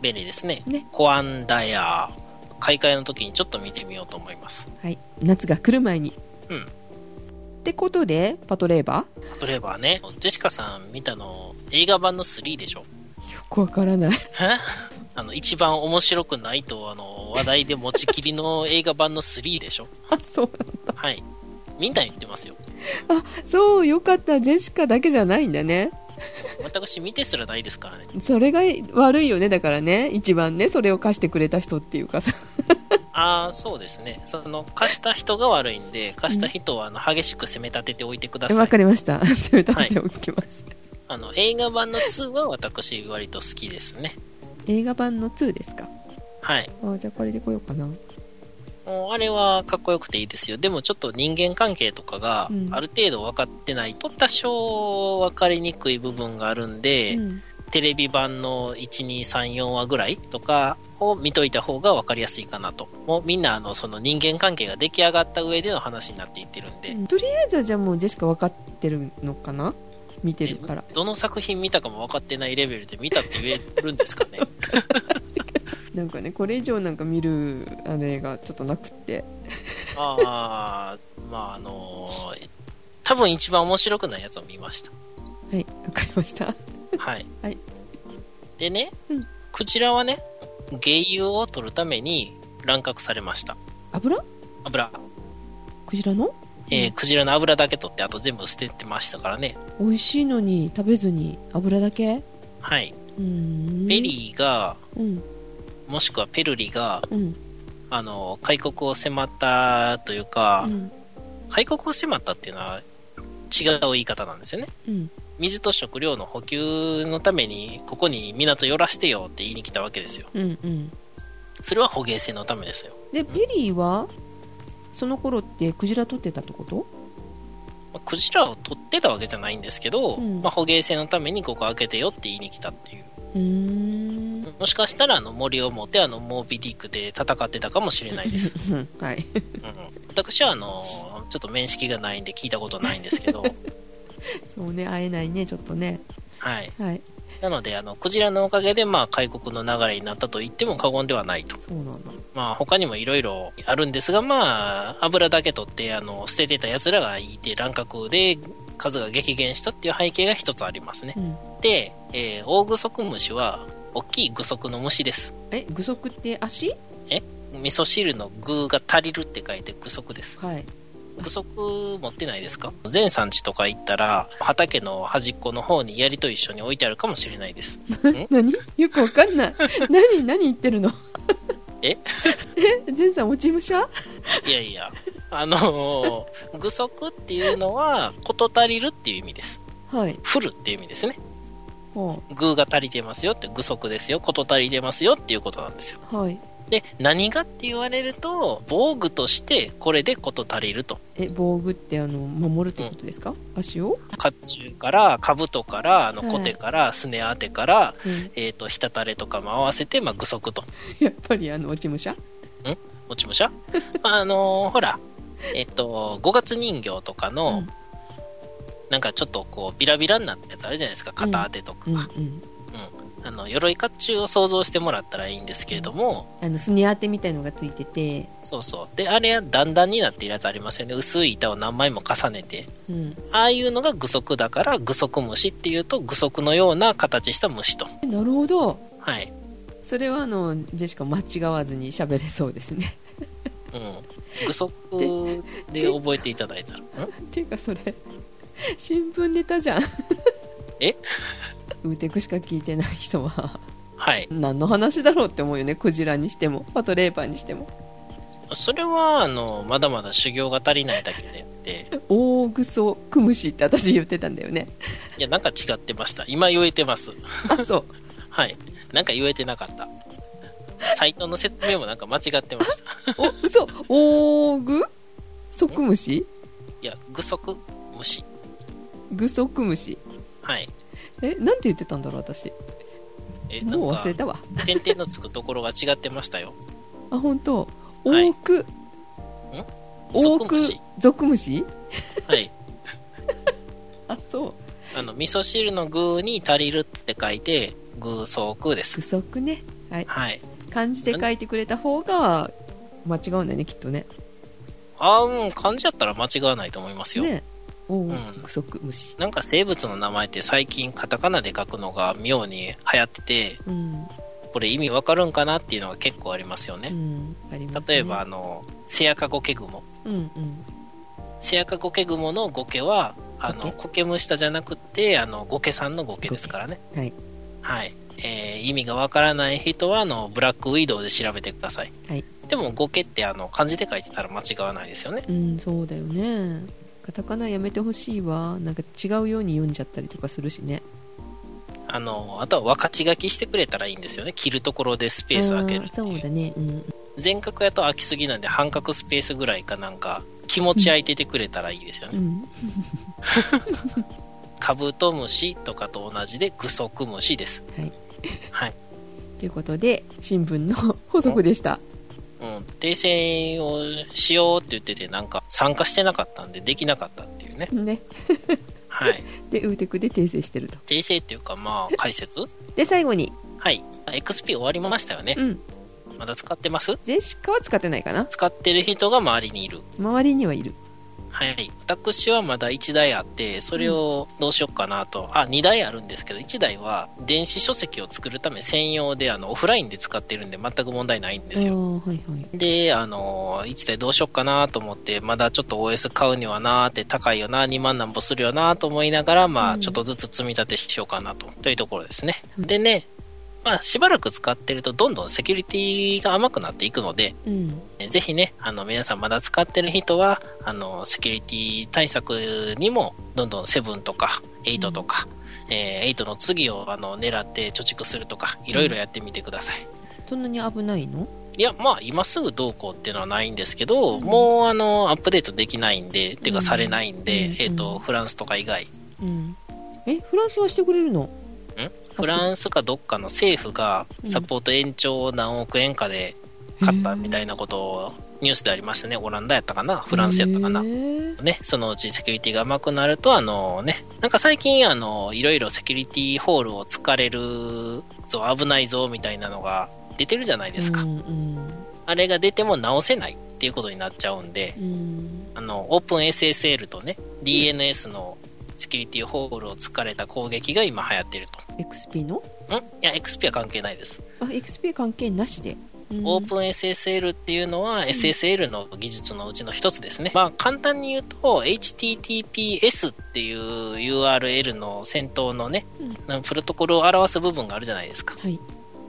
Speaker 2: 便利ですね。
Speaker 1: ね
Speaker 2: コアンダイヤー。買い替えの時にちょっと見てみようと思います
Speaker 1: はい、夏が来る前に。
Speaker 2: うん
Speaker 1: ってことで、パトレーバー
Speaker 2: 例えばねジェシカさん見たの映画版の3でしょ
Speaker 1: よくわからない。
Speaker 2: え あの一番面白くないとあの話題で持ちきりの映画版の3で しょ
Speaker 1: あ、そう。
Speaker 2: はいみんな言ってますよ
Speaker 1: そう、よかった。ジェシカだけじゃないんだね。
Speaker 2: 私見てすらないですからね
Speaker 1: それが悪いよね。だからね、一番ね、それを貸してくれた人っていうかさ。
Speaker 2: ああそうですねその貸した人が悪いんで貸した人はあの激しく責め立てておいてくださ
Speaker 1: わ
Speaker 2: い
Speaker 1: かりました。それ立てておきます。
Speaker 2: あの映画版の2は私割と好きですね
Speaker 1: 映画版の2ですか。
Speaker 2: はい
Speaker 1: あ、じゃあこれで来ようかな。
Speaker 2: もうあれはかっこよくていいですよでもちょっと人間関係とかが
Speaker 1: うん
Speaker 2: ある程度分かってないと多少分かりにくい部分があるんで、
Speaker 1: うん
Speaker 2: テレビ版の1234話ぐらいとかを見といた方が分かりやすいかなともうみんなあのその人間関係が出来上がった上での話になっていってるんで、
Speaker 1: うんとりあえずはじゃあもうジェシカ分かってるのかな見てるから。
Speaker 2: どの作品見たかも分かってないレベルで見たって言えるんですか ね
Speaker 1: なんかね、これ以上なんか見るあれがちょっとなくって。
Speaker 2: ああまああのー多分一番面白くないやつを見ました
Speaker 1: はい、わかりました。
Speaker 2: はい、
Speaker 1: はい
Speaker 2: でね、
Speaker 1: うん
Speaker 2: クジラはね鯨油を取るために乱獲されました
Speaker 1: 油
Speaker 2: 油、
Speaker 1: クジラの
Speaker 2: えー
Speaker 1: うん
Speaker 2: クジラの油だけ取ってあと全部捨ててましたからね
Speaker 1: 美味しいのに食べずに油だけ
Speaker 2: はいう
Speaker 1: ーん
Speaker 2: ペリーが
Speaker 1: うん
Speaker 2: もしくはペルリが
Speaker 1: うん
Speaker 2: あの開国を迫ったというか、
Speaker 1: うん
Speaker 2: 開国を迫ったっていうのは違う言い方なんですよね
Speaker 1: うん
Speaker 2: 水と食料の補給のためにここに港寄らしてよって言いに来たわけですよ
Speaker 1: うんうん
Speaker 2: それは捕鯨船のためですよ
Speaker 1: でペリーはその頃ってクジラ取ってたってこと
Speaker 2: まあクジラを取ってたわけじゃないんですけど、
Speaker 1: うん
Speaker 2: まあ、捕鯨船のためにここ開けてよって言いに来たっていう
Speaker 1: うーん
Speaker 2: もしかしたらあの森を持ってあのモービディックで戦ってたかもしれな いです、
Speaker 1: うん はい
Speaker 2: うん、私はあのちょっと面識がないんで聞いたことないんで すけど
Speaker 1: そうね会えないねちょっとね
Speaker 2: はい
Speaker 1: はい
Speaker 2: なのであのクジラのおかげでまあ開国の流れになったと言っても過言ではないと
Speaker 1: そうなんだ
Speaker 2: まあ他にもいろいろあるんですがまあ油だけ取ってあの捨ててた奴らがいて乱獲で数が激減したっていう背景が一つありますね
Speaker 1: うん
Speaker 2: で、えーオオグソクムシは大きい具足の虫です
Speaker 1: え具足って足
Speaker 2: 味噌汁の具が足りるって書いて具足です
Speaker 1: はい
Speaker 2: 具足持ってないですか全産地とか行ったら畑の端っこの方に槍と一緒に置いてあるかもしれないです
Speaker 1: 何よくわかんない何何言ってるの
Speaker 2: え
Speaker 1: え前さん落ち武者
Speaker 2: いやいやあのー具足っていうのは事足りるっていう意味です
Speaker 1: はい
Speaker 2: フルっていう意味ですね
Speaker 1: は
Speaker 2: 具が足りてますよって具足ですよ事足りてますよっていうことなんですよ
Speaker 1: あはい
Speaker 2: で何がって言われると防具としてこれで事足りると
Speaker 1: え防具ってあの守るってことですか、足を、
Speaker 2: 甲冑から兜からあの
Speaker 1: はい
Speaker 2: コテからすね当てから、
Speaker 1: うん、
Speaker 2: えー、とひたたれとかも合わせて、まあ、具足と
Speaker 1: やっぱりあの落ち武者
Speaker 2: もちも しゃあのーほらえっ、と五月人形とかの、
Speaker 1: うん
Speaker 2: なんかちょっとこうビラビラになったやつあるじゃないですか肩当てとか、
Speaker 1: うんうん
Speaker 2: あの鎧甲冑を想像してもらったらいいんですけれども、
Speaker 1: あのスネ当てみたいのがついてて、
Speaker 2: そうそうであれは段々になっているやつありますよね薄い板を何枚も重ねて
Speaker 1: うん、
Speaker 2: ああいうのが具足だから具足虫っていうと具足のような形した虫と
Speaker 1: なるほど
Speaker 2: はい
Speaker 1: それはあのジェシカ間違わずに喋れそうですね
Speaker 2: うん、具足で覚えていただいたらん
Speaker 1: っていうかそれ新聞ネタじゃん
Speaker 2: え
Speaker 1: ウーテクしか聞いてない人は
Speaker 2: はい
Speaker 1: 何の話だろうって思うよねクジラにしてもパトレーパーにしても
Speaker 2: それはあのまだまだ修行が足りないだけで って
Speaker 1: 大ぐそクムシって私言ってたんだよね
Speaker 2: いやなんか違ってました今言えてます
Speaker 1: あそう
Speaker 2: はいなんか言えてなかったサイトの説明もなんか間違ってました
Speaker 1: お嘘大ぐそクムシ
Speaker 2: いや具足虫
Speaker 1: ぐそクムシ
Speaker 2: はい
Speaker 1: えなんて言ってたんだろう私
Speaker 2: えなん
Speaker 1: もう忘
Speaker 2: か
Speaker 1: れたわ
Speaker 2: 点々のつくところが違ってましたよ
Speaker 1: あ本当
Speaker 2: はい
Speaker 1: 多く、多く
Speaker 2: 足虫
Speaker 1: 属虫
Speaker 2: はい
Speaker 1: あそう
Speaker 2: あの味噌汁の具に足りるって書いて具足です
Speaker 1: 不足ねはい
Speaker 2: はい
Speaker 1: 漢字で書いてくれた方が間違うんだよねきっとね
Speaker 2: ああ、うん、漢字やったら間違わないと思いますよ。
Speaker 1: ねおお
Speaker 2: うん
Speaker 1: 不足虫
Speaker 2: なんか生物の名前って最近カタカナで書くのが妙に流行ってて、
Speaker 1: うん、
Speaker 2: これ意味わかるんかなっていうのが結構ありますよね
Speaker 1: う。ん、ありますね
Speaker 2: 例えば、あの、セアカゴケグモ。
Speaker 1: うんうん
Speaker 2: セアカゴケグモのゴケは、あの、
Speaker 1: ゴケ
Speaker 2: コケムシタじゃなくて、あの、ゴケさんのゴケですからね。
Speaker 1: はい
Speaker 2: はい。えー意味がわからない人は、あの、ブラックウィドウで調べてください。
Speaker 1: はい
Speaker 2: でも、ゴケって、あの、漢字で書いてたら間違わないですよね。
Speaker 1: うんそうだよねカタカナやめてほしいわなんか違うように読んじゃったりとかするしね
Speaker 2: あの、あとは分かち書きしてくれたらいいんですよね。切るところでスペース空ける
Speaker 1: あ
Speaker 2: っ
Speaker 1: ー
Speaker 2: て
Speaker 1: そう
Speaker 2: い
Speaker 1: だ
Speaker 2: う。
Speaker 1: ねうん
Speaker 2: 全角やと空きすぎなんで、半角スペースぐらいかなんか、気持ち空いててくれたらいいですよ
Speaker 1: う
Speaker 2: ね。
Speaker 1: ん
Speaker 2: カブトムシとかと同じで、グソクムシです。
Speaker 1: はい。
Speaker 2: はい。
Speaker 1: ということで新聞の 補足でした
Speaker 2: うん。訂正をしようって言ってて、なんか、参加してなかったんで、できなかったっていうね。
Speaker 1: ね
Speaker 2: はい。
Speaker 1: でウーテクで訂正してると
Speaker 2: 訂正っていうか、まあ、解説
Speaker 1: で最後に
Speaker 2: はい。XP 終わりましたよね。
Speaker 1: うん
Speaker 2: まだ使ってます
Speaker 1: ジェシカは使ってないかな
Speaker 2: 使ってる人が周りにいる。
Speaker 1: 周りにはいる
Speaker 2: はい。私はまだ1台あって、それをどうしようかなと。あ、2台あるんですけど、1台は電子書籍を作るため専用で、あの、オフラインで使ってるんで全く問題ないんですよ。
Speaker 1: あーはいはい
Speaker 2: で、あの、1台どうしようかなと思って、まだちょっと OS 買うにはなーって高いよな、2万なんぼするよなと思いながら、ま
Speaker 1: う
Speaker 2: あ、
Speaker 1: ん
Speaker 2: ちょっとずつ積み立てしようかなと、というところですね。
Speaker 1: うん
Speaker 2: でね、まあ、しばらく使ってると、どんどんセキュリティが甘くなっていくので、
Speaker 1: うん
Speaker 2: えぜひね、あの皆さんまだ使ってる人は、あのセキュリティ対策にも、どんどん7とか8とか、えー8の次をあの狙って貯蓄するとか、いろいろやってみてください。
Speaker 1: そんなに危ないの
Speaker 2: いや、まあ、今すぐどうこうっていうのはないんですけど、
Speaker 1: うん
Speaker 2: もうあのアップデートできないんで、っていう
Speaker 1: うん
Speaker 2: かされないんで、
Speaker 1: うん
Speaker 2: えっ、と、
Speaker 1: うん
Speaker 2: フランスとか以外。
Speaker 1: うんえフランスはしてくれるの
Speaker 2: フランスかどっかの政府がサポート延長を何億円かで買ったみたいなことをニュースでありましたね。オランダやったかなフランスやったかな
Speaker 1: へー
Speaker 2: ね、そのうちセキュリティが甘くなると、あのね、なんか最近、あの、いろいろセキュリティホールを突かれるぞ、危ないぞ、みたいなのが出てるじゃないですか。
Speaker 1: うんうん
Speaker 2: あれが出ても直せないっていうことになっちゃうんで、
Speaker 1: うん
Speaker 2: あの、OpenSSL とね、DNS のセキュリティホールを突かれた攻撃が今流行ってると。
Speaker 1: XP の
Speaker 2: んいや、XP は関係ないです。
Speaker 1: あ XP 関係なしで、うん
Speaker 2: オープン SSL っていうのは SSL の技術のうちの一つですね。まあ簡単に言うと HTTPS っていう URL の先頭のね、プロトコルを表す部分があるじゃないですか。
Speaker 1: はい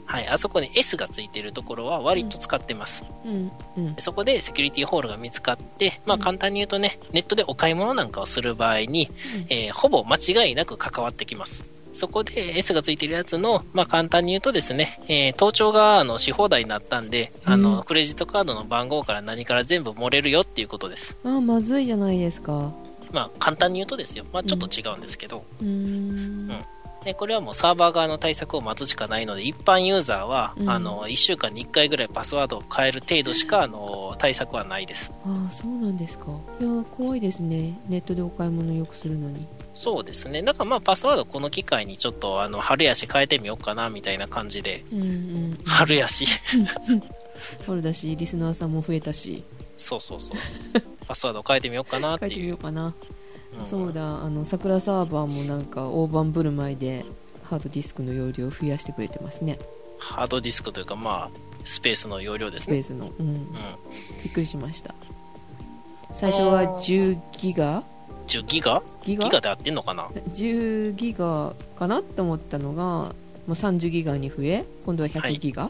Speaker 2: はい。あそこに S がついてるところは割と使ってます。
Speaker 1: うんうん
Speaker 2: そこでセキュリティホールが見つかって、まあ
Speaker 1: うん
Speaker 2: 簡単に言うとね、ネットでお買い物なんかをする場合に、えーほぼ間違いなく関わってきます。そこで S がついてるやつの、まあ、簡単に言うとですね、えー盗聴があのし放題になったんで、あ
Speaker 1: うん
Speaker 2: の、クレジットカードの番号から何から全部漏れるよっていうことです。
Speaker 1: あーまずいじゃないですか
Speaker 2: まあ、簡単に言うとですよ。まあ、ちょっと違うんですけど、
Speaker 1: うーん
Speaker 2: うんねこれはもうサーバー側の対策を待つしかないので、一般ユーザーは、
Speaker 1: うん
Speaker 2: あの、1週間に1回ぐらいパスワードを変える程度しか、あの、対策はないです。
Speaker 1: ああそうなんですかいやー怖いですねネットでお買い物よくするのに
Speaker 2: そうですね。だからまあ、パスワードこの機会にちょっと、あの、春やし変えてみようかな、みたいな感じで、
Speaker 1: うんうん
Speaker 2: 春やし。
Speaker 1: 春だしリスナーさんも増えたし
Speaker 2: そうそう そう。パスワードを変えてみようかなって
Speaker 1: 書いてみ
Speaker 2: いう。
Speaker 1: ようかな、
Speaker 2: うん
Speaker 1: そうだあの桜サーバーもなんか大盤振る舞いでハードディスクの容量を増やしてくれてますね
Speaker 2: ハードディスクというか、まあ、スペースの容量で
Speaker 1: ス
Speaker 2: す
Speaker 1: ペ
Speaker 2: ね。
Speaker 1: ースの、うん
Speaker 2: うん、
Speaker 1: びっくりしました最初は10ギガ
Speaker 2: 10ギガ
Speaker 1: ギガ
Speaker 2: ギガで合ってんのかな
Speaker 1: 10ギガかなと思ったのがもう30ギガに増え今度は
Speaker 2: は
Speaker 1: 100
Speaker 2: い
Speaker 1: ギガ、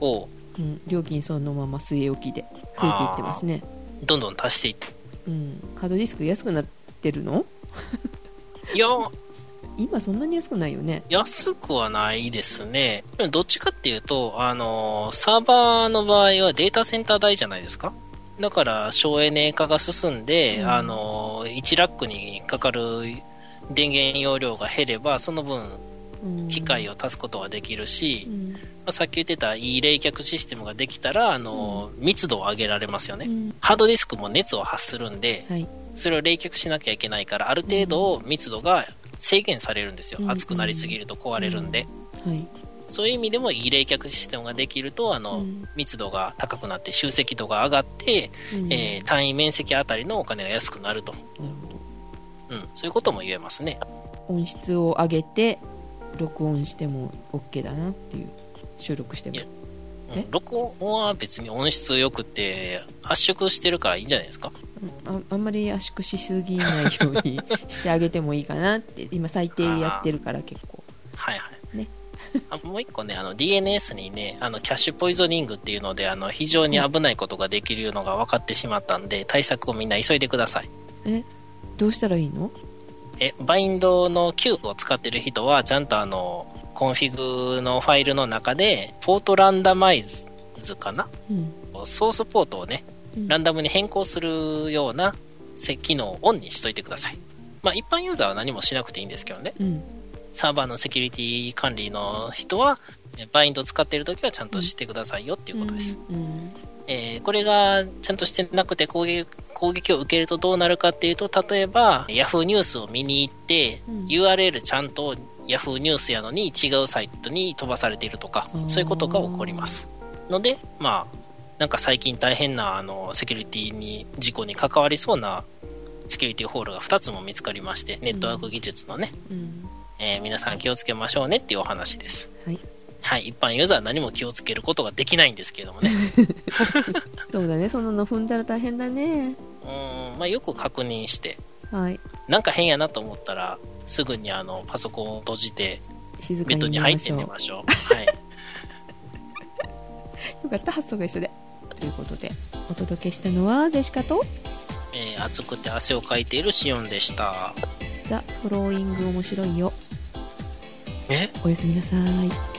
Speaker 2: を
Speaker 1: うん、料金そのまま据え置きで増えていってますね、
Speaker 2: どんどん足していって。
Speaker 1: うん、ハードディスク安くなってるの
Speaker 2: いや、
Speaker 1: 今そんなに安くないよね
Speaker 2: 安くはないですね。でもどっちかっていうと、あの、サーバーの場合はデータセンター代じゃないですか。だから、省エネ化が進んで、
Speaker 1: うん
Speaker 2: あの、1ラックにかかる電源容量が減れば、その分、
Speaker 1: うん
Speaker 2: 機械を足すことができるし
Speaker 1: う、ん
Speaker 2: まあさっき言ってたいい冷却システムができたら、あの、密度を上げられますよね。
Speaker 1: うん
Speaker 2: ハードディスクも熱を発するんで、
Speaker 1: はい
Speaker 2: それを冷却しなきゃいけないから、ある程度密度が制限されるんですよ
Speaker 1: う。ん
Speaker 2: 熱くなりすぎると壊れるんで。
Speaker 1: はい
Speaker 2: そういう意味でもいい冷却システムができるとあの、
Speaker 1: うん
Speaker 2: 密度が高くなって集積度が上がって、
Speaker 1: うん
Speaker 2: えー単位面積あたりのお金が安くなると、
Speaker 1: なるほど
Speaker 2: うん、そういうことも言えますね
Speaker 1: 音質を上げて録音しても OK だなっていう収録しても
Speaker 2: いやうん
Speaker 1: え
Speaker 2: 録音は別に音質良くて圧縮してるからいいんじゃないですか
Speaker 1: うんああんまり圧縮しすぎないようにしてあげてもいいかなって今最低やってるから結構
Speaker 2: はいはい、
Speaker 1: ね
Speaker 2: あもう一個ねあの DNS にねあのキャッシュポイゾニングっていうのであの非常に危ないことができるのが分かってしまったんで対策をみんな急いでください
Speaker 1: どうしたらいいの
Speaker 2: えバインドの Q を使ってる人はちゃんとあのコンフィグのファイルの中でポートランダマイズかな
Speaker 1: うん
Speaker 2: ソースポートをね
Speaker 1: うん
Speaker 2: ランダムに変更するようなせ機能をオンにしといてくださいまあ一般ユーザーは何もしなくていいんですけどね
Speaker 1: うん
Speaker 2: サーバーのセキュリティ管理の人はえバインド使ってる時はちゃんとしてくださいよっていうことです、
Speaker 1: うん
Speaker 2: えーこれがちゃんとしてなくて攻撃攻撃を受けるとどうなるかっていうと例えば Yahoo ニュースを見に行って、
Speaker 1: うん
Speaker 2: URL ちゃんと Yahoo ニュースやのに違うサイトに飛ばされているとか
Speaker 1: あー
Speaker 2: そういうことが起こりますのでまあなんか最近大変なあのセキュリティに事故に関わりそうなセキュリティホールが2つも見つかりましてネットワーク技術のね、
Speaker 1: うん
Speaker 2: えー皆さん気をつけましょうねっていうお話です
Speaker 1: はい
Speaker 2: はい一般ユーザーは何も気をつけることができないんですけれどもね
Speaker 1: そうだねそんなの踏んだら大変だね
Speaker 2: うーんまあ、よく確認して
Speaker 1: はい
Speaker 2: なんか変やなと思ったらすぐにあのパソコンを閉じて
Speaker 1: 静か
Speaker 2: ベッド
Speaker 1: に寝
Speaker 2: に入
Speaker 1: ま
Speaker 2: って
Speaker 1: しょう
Speaker 2: 寝
Speaker 1: よか
Speaker 2: ましょう、はい、
Speaker 1: った発想が一緒でということでお届けしたのはジェシカと
Speaker 2: えー暑くて汗をかいているシオンでした
Speaker 1: 「ザ・フォローイング面白いよ
Speaker 2: え」
Speaker 1: おやすみなさい